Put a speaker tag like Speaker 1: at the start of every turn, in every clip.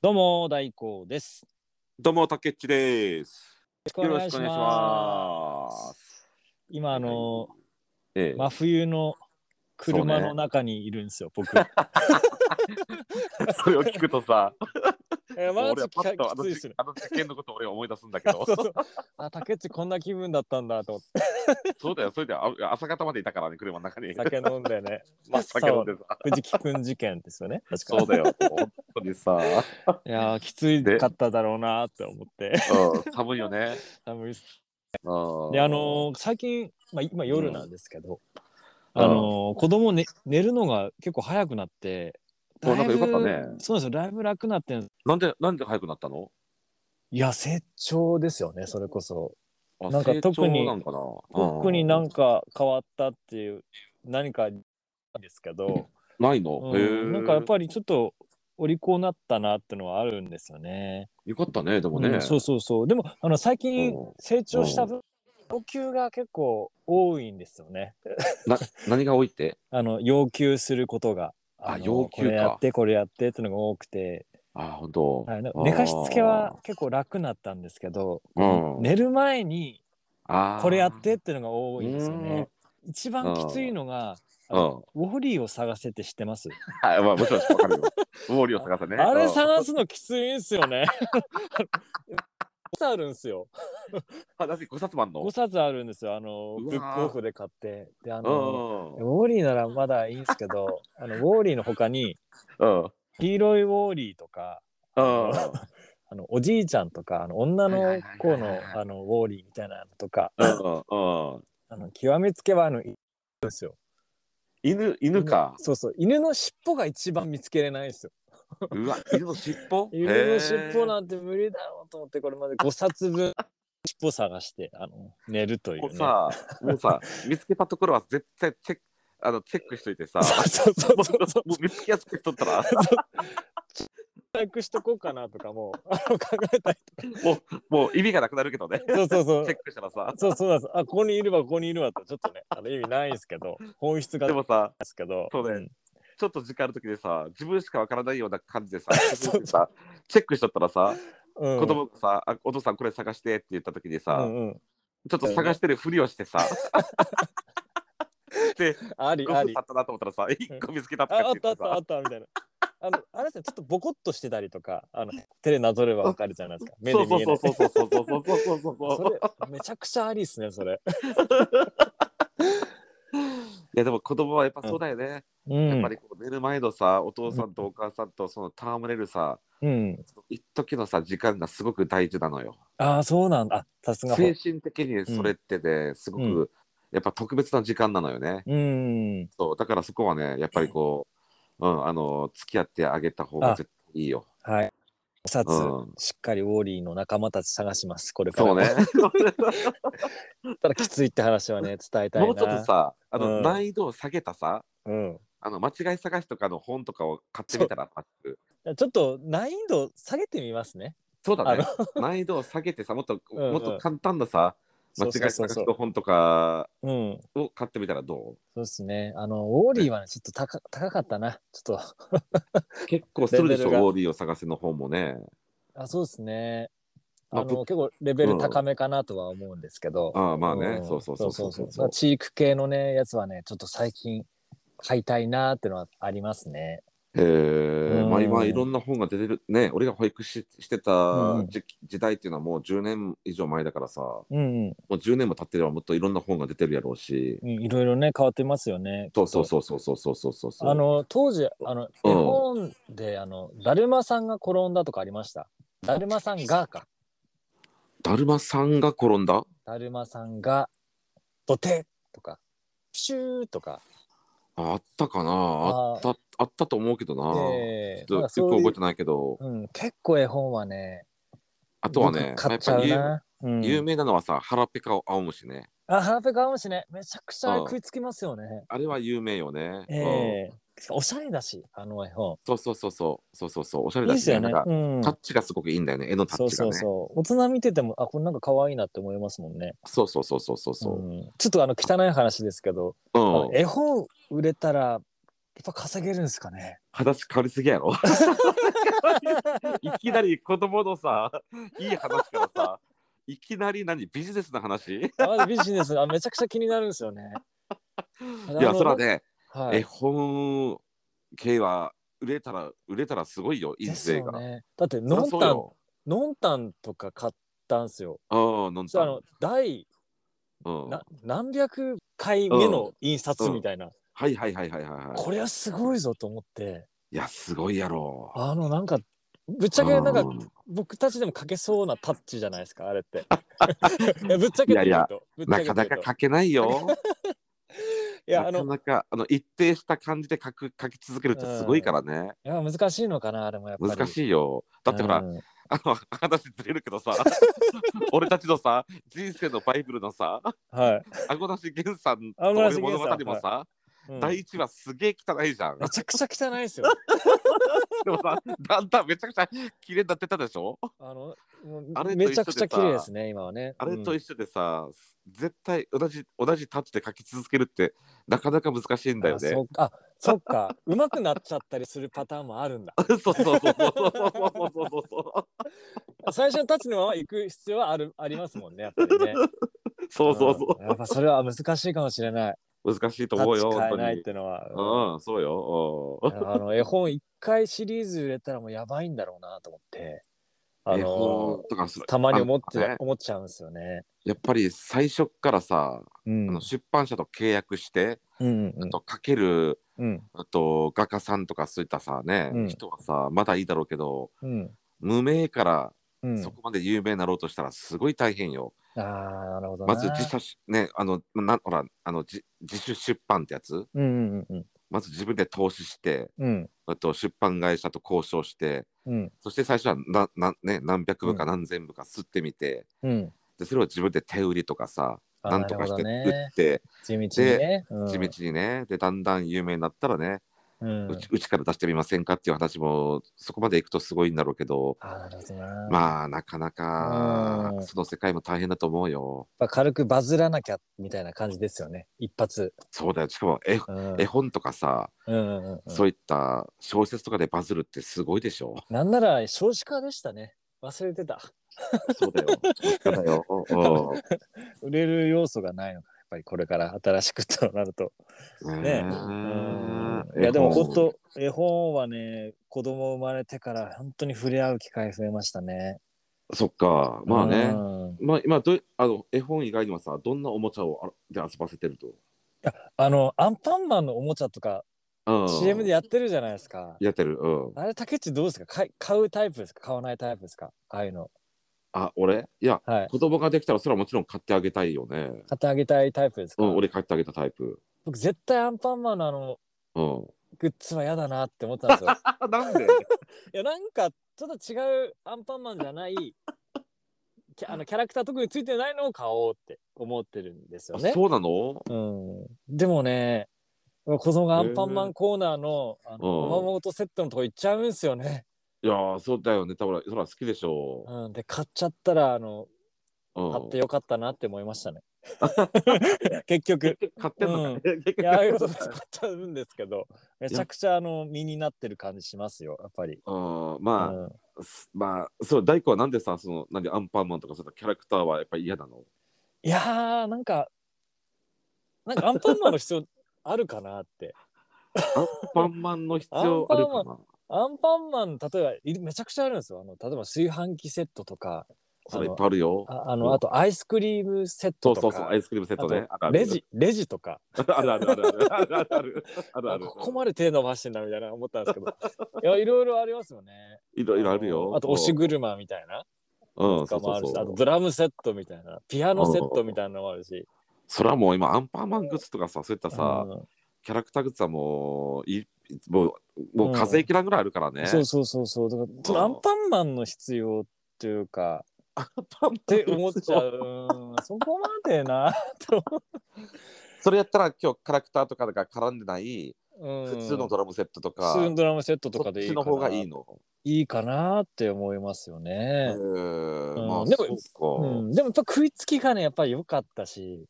Speaker 1: どうも大光です。
Speaker 2: どうも、竹内です。
Speaker 1: よろしくお願いしますす。今あの
Speaker 2: ええ、
Speaker 1: 真冬の車の中にいるんですよ、僕。
Speaker 2: それを聞くと さ、
Speaker 1: えー、
Speaker 2: 俺はパッとあ
Speaker 1: き
Speaker 2: の
Speaker 1: ついですね。
Speaker 2: あの事件のことを俺は思い出すんだけど、
Speaker 1: そうそう。あ、竹内こんな気分だったんだと思って
Speaker 2: そうだよ、それであ朝方までいたからね、車の中に。
Speaker 1: 酒飲んで ね。
Speaker 2: まあ、酒飲ん
Speaker 1: そう
Speaker 2: でさ。
Speaker 1: 藤木くん事件ですよね。確か
Speaker 2: そうだよ、本当にさ、
Speaker 1: いやー、きついかっただろうなって思って。
Speaker 2: うん、寒いよね。
Speaker 1: 寒いっす
Speaker 2: うん
Speaker 1: で、あのー最近、まあ今夜なんですけど、
Speaker 2: うん
Speaker 1: あのー子供ね、寝るのが結構早くなって、
Speaker 2: おなんかよかっ
Speaker 1: だ
Speaker 2: た
Speaker 1: いぶ。そう
Speaker 2: ね
Speaker 1: なんですよ、だいぶ楽になってるんです
Speaker 2: なんで、なんで早くなったの
Speaker 1: いや、成長ですよね、それこそ。
Speaker 2: あ
Speaker 1: なんか
Speaker 2: 成長
Speaker 1: 特に
Speaker 2: なのかなうん
Speaker 1: 特になんか変わったっていう、何かですけど、
Speaker 2: ないの、
Speaker 1: う
Speaker 2: へ
Speaker 1: ん、
Speaker 2: え。
Speaker 1: なんかやっぱりちょっと、お利口になったなってのはあるんですよね。
Speaker 2: よかったね、でもね。
Speaker 1: うんそうそうそう。でも、あの、最近
Speaker 2: うん
Speaker 1: 成長した分、要求が結構多いんですよね。
Speaker 2: な 何が多いって
Speaker 1: あの、要求することが。
Speaker 2: あ
Speaker 1: の
Speaker 2: 要求
Speaker 1: こ
Speaker 2: か
Speaker 1: れやって、これやってってのが多くて、
Speaker 2: あ、本当。
Speaker 1: はい、なんか
Speaker 2: うん
Speaker 1: 寝かしつけは、結構楽になったんですけど、
Speaker 2: うん、
Speaker 1: 寝る前に
Speaker 2: あー
Speaker 1: これやってっていうのが多いんですよね。一番
Speaker 2: あ
Speaker 1: き
Speaker 2: ー
Speaker 1: ついのが、
Speaker 2: うん。は
Speaker 1: ウォーリーを探せって知ってます。
Speaker 2: い、まあ、もちろん、わかるよ。ウォーリーを探せね。
Speaker 1: あれ
Speaker 2: さ、
Speaker 1: 探すのきついんすよ ね。5冊あるんですよ。
Speaker 2: あ、だって、五冊マンの。
Speaker 1: 5冊あるんですよ。あの、
Speaker 2: うわ
Speaker 1: ブ
Speaker 2: ー
Speaker 1: ックオフで買って。で、あの、ウ
Speaker 2: う
Speaker 1: ォーリーならまだいいんですけど、 あの、ウォーリーの他に、
Speaker 2: ん。うん。
Speaker 1: 黄色いウォーリーとか、
Speaker 2: うん。
Speaker 1: あの、おじいちゃんとか、あの、女の子
Speaker 2: はいはいはい
Speaker 1: の
Speaker 2: はい、はい
Speaker 1: あの、ウォーリーみたいなのとか、
Speaker 2: うん。うん。
Speaker 1: あの、極めつけは、あの、い
Speaker 2: 犬、犬か。
Speaker 1: そうそう、犬の尻尾が一番見つけれないんですよ。
Speaker 2: うわ、犬の尻尾。
Speaker 1: 犬の尻尾
Speaker 2: へー
Speaker 1: なんて無理だろうと思ってこれまで5冊分尻尾探してあの寝るという
Speaker 2: も
Speaker 1: ね
Speaker 2: う。さ、もうさ、見つけたところは絶対チェック、あの、チェックしといてさ。
Speaker 1: そうそうそうそうそう
Speaker 2: もう見つけやすくしとったら、
Speaker 1: 早くしとこうかなとかもあの考えたり
Speaker 2: もう、もう意味がなくなるけどね。
Speaker 1: そうそうそ
Speaker 2: チェ
Speaker 1: う
Speaker 2: ックしたらさ。
Speaker 1: そうそうなんですあここにいるわここにいるわとちょっとねあの意味ないんですけど本質が
Speaker 2: で
Speaker 1: で
Speaker 2: もさ、
Speaker 1: すけど
Speaker 2: そうね
Speaker 1: ん
Speaker 2: ちょっと時間ある時でさ、自分しかわからないような感じでさ、
Speaker 1: そうそう
Speaker 2: さチェックしとったらさ、
Speaker 1: うん、
Speaker 2: 子供がさ、あお父さんこれ探してって言った時に
Speaker 1: う
Speaker 2: さ、
Speaker 1: んうん
Speaker 2: ちょっと探してるふりをしてさ。で、
Speaker 1: あり
Speaker 2: 5
Speaker 1: あ
Speaker 2: 分
Speaker 1: り
Speaker 2: 経ったなと思ったらさ、1個見つけたと
Speaker 1: あ
Speaker 2: か
Speaker 1: あ
Speaker 2: っ
Speaker 1: ってた
Speaker 2: 言
Speaker 1: あっ
Speaker 2: って
Speaker 1: たあ
Speaker 2: さ、
Speaker 1: ったみたいな。あのあれですねちょっとボコっとしてたりとかあの手でなぞればわかるじゃないですか目で
Speaker 2: そう
Speaker 1: 見えな
Speaker 2: そ
Speaker 1: いう
Speaker 2: そうそうそうそうそうそうそうそう
Speaker 1: それめちゃくちゃありっすねそれ。
Speaker 2: いやでも子供はやっぱそうだよね。
Speaker 1: うん、
Speaker 2: やっぱりこう寝る前のさ、お父さんとお母さんとその戯れるさ、
Speaker 1: うん、
Speaker 2: 一時のさ時間がすごく大事なのよ。
Speaker 1: ああそうなんだあさすが
Speaker 2: 精神的にそれってね、すご
Speaker 1: う
Speaker 2: くやっぱ特別な時間なのよね。
Speaker 1: うん
Speaker 2: そうだからそこはね、やっぱりこう、うん、あの付き合ってあげた方が絶対いいよ。
Speaker 1: はい。お札、
Speaker 2: うん
Speaker 1: しっかりウォーリーの仲間たち探します。これから
Speaker 2: そう
Speaker 1: も。
Speaker 2: ね。
Speaker 1: ただきついって話 はね、伝えたいな。
Speaker 2: もうちょっとさあの、
Speaker 1: うん
Speaker 2: 難易度を下げたさ
Speaker 1: うん。
Speaker 2: あの間違い探しとかの本とかを買ってみたらマック
Speaker 1: ちょっと難易度下げてみますね。
Speaker 2: そうだね難易度を下げてさもっと、
Speaker 1: うんうん
Speaker 2: もっと簡単なさ間
Speaker 1: そうそう
Speaker 2: 違い
Speaker 1: そう
Speaker 2: 探
Speaker 1: そう
Speaker 2: しの本とか
Speaker 1: うん。
Speaker 2: を買ってみたらど
Speaker 1: そうですね。あの、ウォーリーはね、ちょっと高高かったな。ちょっと。
Speaker 2: う 結構するでしょ
Speaker 1: レベ
Speaker 2: ウ
Speaker 1: ルが
Speaker 2: ォーリーを探せの本もね
Speaker 1: あ、そうですね。
Speaker 2: ま
Speaker 1: あ
Speaker 2: あ
Speaker 1: の、
Speaker 2: 僕
Speaker 1: 結構レベル高めかなとは思うんですけど。
Speaker 2: ああまあね、
Speaker 1: ん
Speaker 2: そうそうそうそうそう
Speaker 1: まあチーク系のね、やつはね、ちょっと最近買いたいなーってのはありますね。
Speaker 2: へえ、
Speaker 1: うん
Speaker 2: まあ今いろんな本が出てるね俺が保育士して
Speaker 1: う
Speaker 2: た
Speaker 1: ん
Speaker 2: 時,、時代っていうのはもう10年以上前だからさも
Speaker 1: うん、うん。
Speaker 2: う10年も経ってればもっといろんな本が出てるやろうし
Speaker 1: うんいろいろね、変わってますよね。
Speaker 2: そうそう
Speaker 1: きっと
Speaker 2: そうそうそうそうそうそう
Speaker 1: あの当時あの
Speaker 2: う
Speaker 1: 絵
Speaker 2: ん
Speaker 1: 本で、あのだるまさんが転んだとかありましただるまさんがか
Speaker 2: だるまさんが転んだ
Speaker 1: だるまさんがドテとかプシューとか
Speaker 2: ああったかな
Speaker 1: あ
Speaker 2: あったあったと思うけどな、
Speaker 1: ええ
Speaker 2: ちょ
Speaker 1: なん
Speaker 2: っ
Speaker 1: か
Speaker 2: と
Speaker 1: そ
Speaker 2: よく
Speaker 1: うい
Speaker 2: 覚え
Speaker 1: う
Speaker 2: てないけど
Speaker 1: うん、結構絵本はね
Speaker 2: あとはね
Speaker 1: 僕買っちゃう
Speaker 2: やっぱ
Speaker 1: な、うん、
Speaker 2: り有有名なのはさ腹ペカを青虫ね
Speaker 1: あ腹ペカもしねめちゃくちゃ食いつきますよね、
Speaker 2: あれは有名よね、
Speaker 1: え
Speaker 2: うん、
Speaker 1: えおしゃれだしあの絵本
Speaker 2: そうそうそうそうそうそうそうおしゃ
Speaker 1: い
Speaker 2: れ
Speaker 1: い
Speaker 2: だ
Speaker 1: で
Speaker 2: し
Speaker 1: すよね
Speaker 2: なんか
Speaker 1: うん
Speaker 2: タッチがすごくいいんだよね絵のタ
Speaker 1: そ
Speaker 2: ッ
Speaker 1: う
Speaker 2: チが
Speaker 1: そ
Speaker 2: ね
Speaker 1: うそう大人見ててもあこれなんか可愛いなって思いますもんね
Speaker 2: そうそうそうそうそうそう
Speaker 1: うんちょっとあの汚い話ですけどあ
Speaker 2: う
Speaker 1: の
Speaker 2: ん
Speaker 1: 絵本売れたらっぱ稼げるんですか ね。
Speaker 2: 話変わりすぎやろいきなり子供のさいい話からさいきなり何ビジネスの話い
Speaker 1: あまずビジネスあめちゃくちゃ気になるんですよね。い
Speaker 2: やそら、ね、
Speaker 1: はい、
Speaker 2: 絵本系は売れたら売れたらすごいよ人
Speaker 1: です
Speaker 2: 生
Speaker 1: よ
Speaker 2: が、
Speaker 1: ね。だって
Speaker 2: そり
Speaker 1: ノ
Speaker 2: ゃ
Speaker 1: ン
Speaker 2: そう
Speaker 1: タン
Speaker 2: よ
Speaker 1: ノンタンとか買ったんすよ。
Speaker 2: うん飲ん
Speaker 1: そ
Speaker 2: だ
Speaker 1: うあの第
Speaker 2: うん
Speaker 1: な何百回目の印刷みたいな、
Speaker 2: はいはいはいはいはいはい
Speaker 1: これはすごいぞと思って
Speaker 2: いやすごいやろ
Speaker 1: あのなんかぶっちゃけなんか
Speaker 2: うん
Speaker 1: 僕たちでも書けそうなタッチじゃないですかあれって いやぶっちゃけて言うと
Speaker 2: いやいや
Speaker 1: ぶっちゃけ
Speaker 2: な
Speaker 1: て言うと
Speaker 2: かなか書けないよ
Speaker 1: いやあ
Speaker 2: なか
Speaker 1: の
Speaker 2: なかあの一定した感じで書く書き続けるってすごいからね、
Speaker 1: いや難しいのかなあれもやっぱり
Speaker 2: 難
Speaker 1: い
Speaker 2: しいよだってほら、あの話ずれるけ どさ俺たちのさ人生のバイブルのさ
Speaker 1: はい、
Speaker 2: あごなし源さんと
Speaker 1: あごなし
Speaker 2: 俺
Speaker 1: 源
Speaker 2: 物
Speaker 1: さん
Speaker 2: 語もさ、
Speaker 1: うん
Speaker 2: 第一話すげえ汚いじゃん
Speaker 1: めちゃくちゃ汚いです よ
Speaker 2: でもさだんだんめちゃくちゃ綺麗になってたでしょ
Speaker 1: あのもう
Speaker 2: あれと一
Speaker 1: め
Speaker 2: 緒でさ
Speaker 1: ちゃくちゃ綺麗ですね今はね
Speaker 2: あれと
Speaker 1: うん
Speaker 2: 一緒でさ、絶対同じ同じタッチで書き続けるってなかなか難しいんだよ
Speaker 1: あ
Speaker 2: ね
Speaker 1: そっかあそっかうまくなっちゃったりするパターンもあるんだ
Speaker 2: そうそう そうそうそうそうそうそうそう
Speaker 1: 最初のタッチのまま行く必要はあるありますもんねやっぱりね
Speaker 2: そうそうそ
Speaker 1: んやっぱそれは難しいかもしれない。
Speaker 2: う難しいと
Speaker 1: タ
Speaker 2: 思う
Speaker 1: ッチ
Speaker 2: よ
Speaker 1: 変え
Speaker 2: 本
Speaker 1: ないっ
Speaker 2: 当
Speaker 1: てのは。
Speaker 2: にうんそうようん
Speaker 1: あの絵本一回シリーズ売れたらもうやばいんだろうなと思って。あ
Speaker 2: 絵
Speaker 1: の
Speaker 2: 本とかそれ
Speaker 1: たまに思っ
Speaker 2: あの
Speaker 1: て
Speaker 2: ね
Speaker 1: 思っちゃうんですよね。
Speaker 2: やっぱり最初っからさ、
Speaker 1: うん
Speaker 2: あ
Speaker 1: う
Speaker 2: の
Speaker 1: ん
Speaker 2: 出版社と契約して、
Speaker 1: うん
Speaker 2: あとかける
Speaker 1: うん
Speaker 2: あと画家さんとかそういったさね、
Speaker 1: うん
Speaker 2: 人はさまだいいだろうけど
Speaker 1: うん
Speaker 2: 無名から
Speaker 1: うん
Speaker 2: そこまで有名になろうとしたらすごい大変よ。
Speaker 1: ああなるほどな。
Speaker 2: まず自社しねあのなほらあのじ自主出版ってやつ
Speaker 1: うんうんうん
Speaker 2: まず自分で投資して
Speaker 1: うん
Speaker 2: あと出版会社と交渉して
Speaker 1: うん
Speaker 2: そして最初はなな、ね、何百部か何千部か吸ってみて、
Speaker 1: うん。
Speaker 2: でそれを自分で手売りとかさ
Speaker 1: あ
Speaker 2: なんとかして
Speaker 1: な
Speaker 2: 売
Speaker 1: るほどね
Speaker 2: って、
Speaker 1: 地道にね。うん
Speaker 2: 地道にねでだんだん有名になったらね、
Speaker 1: うん
Speaker 2: うちうちから出してみませんかっていう話もそこまでいくとすごいんだろうけど、
Speaker 1: あーなるほどな。やっ
Speaker 2: まあなかなか
Speaker 1: うん
Speaker 2: その世界も大変だと思うよ。
Speaker 1: ぱ軽くバズらなきゃみたいな感じですよね。一発。
Speaker 2: そうだよしかも絵
Speaker 1: うん
Speaker 2: 絵本とかさ、
Speaker 1: うんうんうん。
Speaker 2: そういった小説とかでバズるってすごいでしょ。
Speaker 1: なんなら少子化でしたね。忘れてた。
Speaker 2: そうだよ。そうだよ。 う
Speaker 1: 売れる要素がないのか、やっぱりこれから新しくとなると。
Speaker 2: ん
Speaker 1: ね
Speaker 2: ね
Speaker 1: うん
Speaker 2: え
Speaker 1: いや、でも
Speaker 2: 絵本
Speaker 1: 本当、絵本はね、子供生まれてから本当に触れ合う機会増えましたね。
Speaker 2: そっか。まあ
Speaker 1: う
Speaker 2: ね。
Speaker 1: ん
Speaker 2: まあ今どうあの絵本以外にはさどんなおもちゃをあで遊ばせてると。
Speaker 1: あの、アンパンマンのおもちゃとか、
Speaker 2: うん
Speaker 1: CM でやってるじゃないですか。
Speaker 2: やってる。うん。
Speaker 1: あれ、竹内どうですか買い買うタイプですか買わないタイプですかああいうの。
Speaker 2: あ俺いや
Speaker 1: はい。
Speaker 2: 子供ができたらそれはもちろん買ってあげたいよね。
Speaker 1: 買ってあげたいタイプですか、
Speaker 2: うん俺買ってあげたタイプ。
Speaker 1: 僕、絶対アンパンマンのあの、
Speaker 2: うん。
Speaker 1: グッズは嫌だなって思ったんですよ。
Speaker 2: あなんで。
Speaker 1: いやなんかちょっと違うアンパンマンじゃないキャあのキャラクター特についてないのを買おうって思ってるんですよね。
Speaker 2: そうなの
Speaker 1: うん、でもね子供がアンパンマンコーナーのあの
Speaker 2: うん
Speaker 1: おままごとセットのとこ行っちゃうんすよね。
Speaker 2: いやーそうだよね。たぶんそら好きでしょ
Speaker 1: うん、で買っちゃったらあの
Speaker 2: う。うん
Speaker 1: 買ってよかったなって思いま したね。結局。
Speaker 2: 買ってんのかね。結
Speaker 1: い
Speaker 2: 局
Speaker 1: やああいうことで買っちゃうんですけどめちゃくちゃあの身になってる感じしますよやっぱり。
Speaker 2: うん
Speaker 1: う
Speaker 2: ま
Speaker 1: ん
Speaker 2: あ、すまあそう大工はなんでさその何アンパンマンとかそのキャラクターはやっぱり嫌なの
Speaker 1: いやーなんかなんかアンパンマンの必要あるかな って
Speaker 2: アンパンマンの必要あるかな
Speaker 1: アンパンマン例えばいめちゃくちゃあるんですよあの例えば炊飯器セットとか
Speaker 2: それいっぱいあるよ
Speaker 1: ああのあとアイスクリームセット
Speaker 2: そうそ
Speaker 1: と
Speaker 2: うそう
Speaker 1: か
Speaker 2: アイスクリームセットね
Speaker 1: あ
Speaker 2: あるあ
Speaker 1: と
Speaker 2: る
Speaker 1: レジレジとか
Speaker 2: あるあるあるあるあるあるあるあるあ
Speaker 1: あ
Speaker 2: る
Speaker 1: ここまで手伸ばしてんだみたいな思ったんですけ どいやいろいろありますよね
Speaker 2: いろいろあるよ
Speaker 1: のあと押し車みたいな
Speaker 2: う
Speaker 1: と
Speaker 2: んそ
Speaker 1: かもあ
Speaker 2: うそう
Speaker 1: るしあ
Speaker 2: そ
Speaker 1: と
Speaker 2: う
Speaker 1: ドラムセットみたいなピアノセットみたいなのもあるし
Speaker 2: それはもう今アンパンマングッズとかさそういったさ
Speaker 1: うん
Speaker 2: キャラクターグッズはもういもうもう数えきらんぐらいあるからね
Speaker 1: そうそうそうそうだからそのアンパンマンの必要っていうか
Speaker 2: アンパンマン
Speaker 1: っ
Speaker 2: の
Speaker 1: て
Speaker 2: 必要
Speaker 1: 思っちゃう。うんそこまでな。
Speaker 2: それやったら今日キャラクターとかが絡んでない
Speaker 1: 普
Speaker 2: 普通のドラムセットとか
Speaker 1: 普通のドラムセットと
Speaker 2: そ
Speaker 1: か
Speaker 2: っ
Speaker 1: でいい
Speaker 2: ち
Speaker 1: か
Speaker 2: の
Speaker 1: な。
Speaker 2: 方がいいの
Speaker 1: いいかなって思いますよね。
Speaker 2: えー
Speaker 1: うん
Speaker 2: まあ
Speaker 1: で
Speaker 2: で
Speaker 1: もう
Speaker 2: も
Speaker 1: ん、でもやっぱ食いつきがねやっぱり良かったし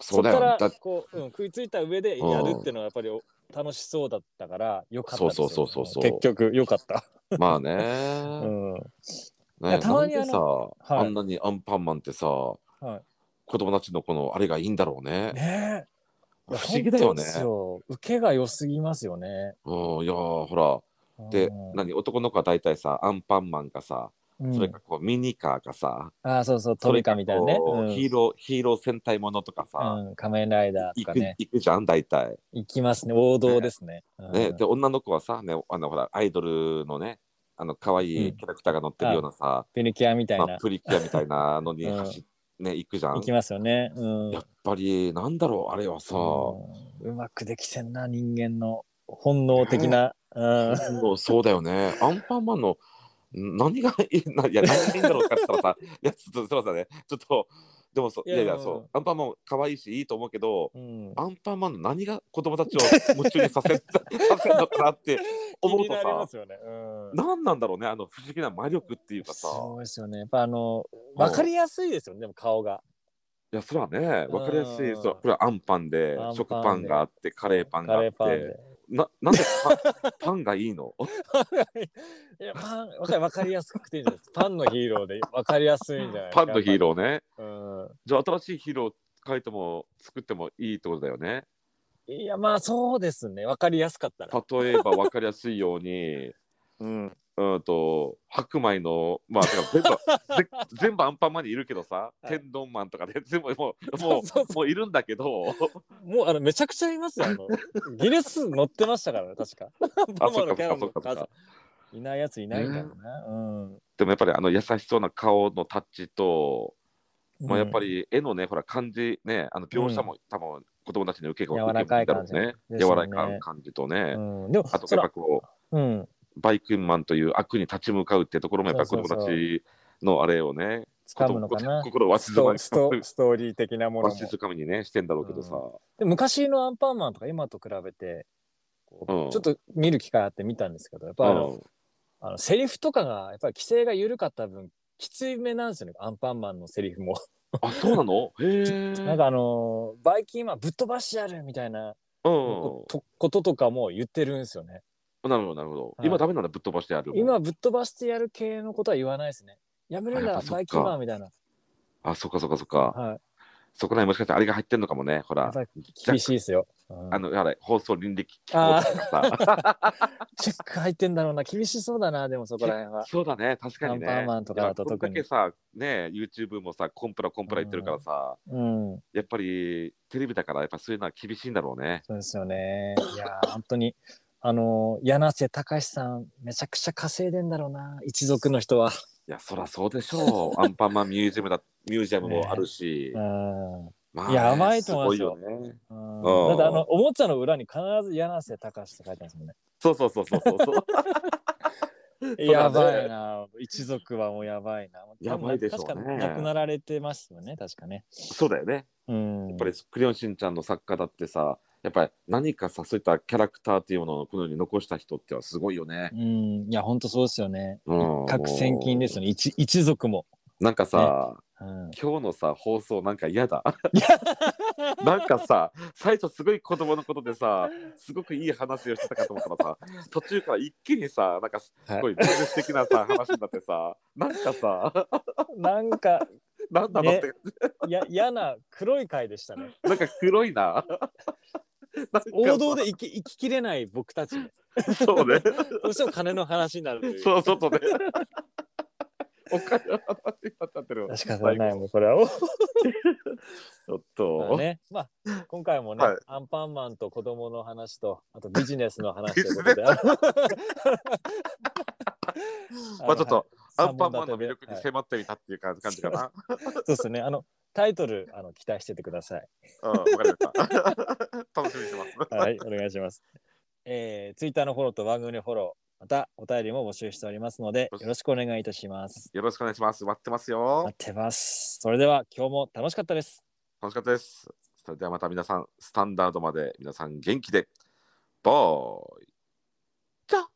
Speaker 2: そうだよ
Speaker 1: そ
Speaker 2: ね
Speaker 1: っか
Speaker 2: だ
Speaker 1: らこう、うん、食いついた上で
Speaker 2: うん
Speaker 1: やるっていうのはやっぱりお楽しそうだったからよかったですよ
Speaker 2: そうそうそうそうそう
Speaker 1: 結局よかった、
Speaker 2: まあね,、
Speaker 1: うん、い
Speaker 2: ね
Speaker 1: やたまに
Speaker 2: なんでさ、
Speaker 1: い
Speaker 2: あんなにアンパンマンってさ、
Speaker 1: い
Speaker 2: 子供たちのこのあれがいいんだろうね
Speaker 1: ねえ
Speaker 2: 不思議だよね
Speaker 1: いや本当ですよ受けが良すぎますよね
Speaker 2: うんいやーほらで、
Speaker 1: うん
Speaker 2: 何男の子は大体さアンパンマンかさ、
Speaker 1: うん
Speaker 2: それかこうミニカーかさ
Speaker 1: ああそうそうトリカみたいなね
Speaker 2: それかこうヒーローヒーロー戦隊ものとかさ、
Speaker 1: うんうん、仮面ライダー
Speaker 2: 行
Speaker 1: とか
Speaker 2: く
Speaker 1: ね
Speaker 2: 行くじゃん大体、
Speaker 1: 行きますね王道ですねうん
Speaker 2: ね、で女の子はさ、ね、あのほらアイドルのねあの可愛
Speaker 1: う
Speaker 2: い
Speaker 1: ん
Speaker 2: キャラクターが乗ってるようなさ、
Speaker 1: ペニキュアみたい
Speaker 2: ま
Speaker 1: な
Speaker 2: あ、プリキュアみたいなのに走っ、ね、行くじゃ
Speaker 1: 行
Speaker 2: ん
Speaker 1: きますよねうん
Speaker 2: やっぱりなんだろうあれはさ、
Speaker 1: うんうまくできてんな人間の本能的な、うん
Speaker 2: そうそうだよねアンパンマンのん何がいい ないや何がいいんだろうかって言ったらさいやちょっとすいませんねちょっとでもそう
Speaker 1: い
Speaker 2: い
Speaker 1: や
Speaker 2: やいや
Speaker 1: うん
Speaker 2: そうアンパンマン可愛いしいいと思うけど
Speaker 1: うん、
Speaker 2: アンパンマンの何が子供たちを夢中にさせ させるのかなって思う
Speaker 1: 気に
Speaker 2: と
Speaker 1: なりま
Speaker 2: さ
Speaker 1: すよね、うん
Speaker 2: 何なんだろうねあの不思議な魔力っていうかさ
Speaker 1: そうですよね。やっぱあの、わかりやすいですよね、でも顔が。
Speaker 2: いやそれはね分かりやすい
Speaker 1: うん
Speaker 2: そうこれはアンパンで
Speaker 1: アンパンで
Speaker 2: 食パンがあってカレーパンが
Speaker 1: カ
Speaker 2: あ
Speaker 1: レ
Speaker 2: っ
Speaker 1: ーパン
Speaker 2: てななんでパ ンパンがいいの
Speaker 1: で。いや、パン、わかりわかりやすくていいんじゃないですか。パンのヒーローでわかりやすいんじゃないです
Speaker 2: パ
Speaker 1: か。
Speaker 2: ンのヒーローね
Speaker 1: ー。う
Speaker 2: じゃあ新しいヒーロー書いても作ってもいいってことだよね。
Speaker 1: ん。いや、まあそうですね。わかりやすかったら。
Speaker 2: 例えば分かりやすいように
Speaker 1: うん。
Speaker 2: うんと白米のまあてか全部ぜ 全部アンパンマンにいるけどさ、
Speaker 1: はい
Speaker 2: 天丼マンと かで全部もう
Speaker 1: そ
Speaker 2: も
Speaker 1: うそうそう
Speaker 2: うもういるんだけど
Speaker 1: もうあの、めちゃくちゃいますよ。あの、ギネス乗ってましたからね、確か。
Speaker 2: あ
Speaker 1: パマ
Speaker 2: そっ
Speaker 1: の
Speaker 2: か
Speaker 1: キャ
Speaker 2: そ
Speaker 1: ラ
Speaker 2: っか
Speaker 1: も
Speaker 2: そっかそっか
Speaker 1: 数いないやついないんだろうな。うん。
Speaker 2: でもやっぱりあの優しそうな顔のタッチと、まあ、やっぱ
Speaker 1: り、
Speaker 2: り絵のねほら漢字ねあの描写も、多分子供たちに受けが
Speaker 1: 柔らかい感じ
Speaker 2: 受けるんだろうね
Speaker 1: ですよ
Speaker 2: 柔
Speaker 1: ね
Speaker 2: らかい感じとね、
Speaker 1: うん、でも、
Speaker 2: あと
Speaker 1: そ
Speaker 2: やっぱ
Speaker 1: ら、
Speaker 2: こう
Speaker 1: うん。
Speaker 2: バイクンマンという悪に立ち向かうってところもやっぱり子供たちのあれをね
Speaker 1: 掴むのかな。
Speaker 2: 心をわし
Speaker 1: ス
Speaker 2: づか
Speaker 1: ト
Speaker 2: み
Speaker 1: ストストーリー的なもの
Speaker 2: わ
Speaker 1: も
Speaker 2: しづかみにねしてんだろうけどさ、
Speaker 1: で昔のアンパンマンとか今と比べてこう
Speaker 2: うん
Speaker 1: ちょっと見る機会あって見たんですけどやっぱあの,、あのセリフとかがやっぱり規制が緩かった分きついめなんですよねアンパンマンのセリフも
Speaker 2: あそうなのへえ
Speaker 1: なんかあのーバイキンマンぶっ飛ばしてやるみたいな
Speaker 2: うん
Speaker 1: こと,、こととかも言ってるんですよね
Speaker 2: なるほどなるほど、
Speaker 1: はい
Speaker 2: 今ダメなんだぶっ飛ばしてやる
Speaker 1: 今ぶっ飛ばしてやる系のことは言わないですねやめるん
Speaker 2: あや
Speaker 1: だ
Speaker 2: っぱそっか
Speaker 1: バイキンマンみたいな、
Speaker 2: あそっかそっかそっか
Speaker 1: は
Speaker 2: そこらへんもしかしたらあれが入ってんのかもねほ
Speaker 1: い、や
Speaker 2: ら
Speaker 1: っぱり厳しいですよ、うん
Speaker 2: あのあれ放送倫理機構とかさ
Speaker 1: チェック入ってんだろうな厳しそうだなでもそこら辺は
Speaker 2: そうだね確かにね
Speaker 1: アンパンマンとかだと
Speaker 2: いや
Speaker 1: 特に
Speaker 2: こんだけさね YouTube もさコンプラコンプラ言ってるからさ、
Speaker 1: うん
Speaker 2: やっぱりテレビだからやっぱそういうのは厳しいんだろうね
Speaker 1: そうですよね。いやー、本当に、あのー、柳瀬隆さん、めちゃくちゃ稼いでんだろうな、一族の人は。
Speaker 2: いやそらそうでしょ うアンパンマンミュージアムだミュージアムもあるし、
Speaker 1: うん。うん
Speaker 2: ま
Speaker 1: いや甘いと思いますよ
Speaker 2: すごいよね
Speaker 1: だって、あの、おもちゃの裏に必ず柳瀬隆って書いてますもんね。
Speaker 2: そうそうそうそうそうそうね
Speaker 1: やばいな、一族はもうやばいな。
Speaker 2: やばいでしょうね
Speaker 1: 多分確か亡くなられてますよね、確かね。
Speaker 2: そうだよね
Speaker 1: うん。
Speaker 2: やっぱりクレヨンしんちゃんの作家だってさやっぱり何かさそういったキャラクターっていうものをこのように残した人ってはすごいよね、
Speaker 1: うん、いや、本当そうですよね。
Speaker 2: うん
Speaker 1: 各千金ですよね、一一族も。
Speaker 2: なんかさ、
Speaker 1: うん、
Speaker 2: 今日のさ放送なんか嫌 だなんかさ最初すごい子供のことでさすごくいい話をしてたかと思ったらさ途中から一気にさなんかすごい芸術的なさ話になってさなんかさ
Speaker 1: なんか、
Speaker 2: なんだろうって、
Speaker 1: や、嫌な黒い回でしたね。
Speaker 2: なんか黒 いななんか
Speaker 1: 王道で生き生ききれない僕たち
Speaker 2: そ うね
Speaker 1: どうしても金の話になるという
Speaker 2: そうそうそうねお金の話になっちゃってる
Speaker 1: 仕方ないもうこれはも
Speaker 2: ちょっ
Speaker 1: う
Speaker 2: と、
Speaker 1: ねまあ今回もね、
Speaker 2: はい
Speaker 1: アンパンマンと子供の話とあとビジネスの話と
Speaker 2: ビ
Speaker 1: い
Speaker 2: ジ
Speaker 1: う
Speaker 2: ネ
Speaker 1: こと
Speaker 2: ス
Speaker 1: であの
Speaker 2: まあちょっとアンパンマン
Speaker 1: 三
Speaker 2: の
Speaker 1: 本立てで
Speaker 2: 魅力に
Speaker 1: はい
Speaker 2: 迫ってみたっていう感じ感じかな、
Speaker 1: そうですねあのタイトルあの期待しててください
Speaker 2: うん、わかりました。 楽しみにしてます。
Speaker 1: はいお願いしますえー、ツイッターのフォローと番組のフォローまたお便りも募集しておりますのでよろしくお願いいたします
Speaker 2: よろしくお願いします。待ってますよ
Speaker 1: 待っ。てますそれでは今日も楽しかったです
Speaker 2: 楽しかったです。それではまた皆さん、スタンダードまで皆さん元気で。バイ。じゃあ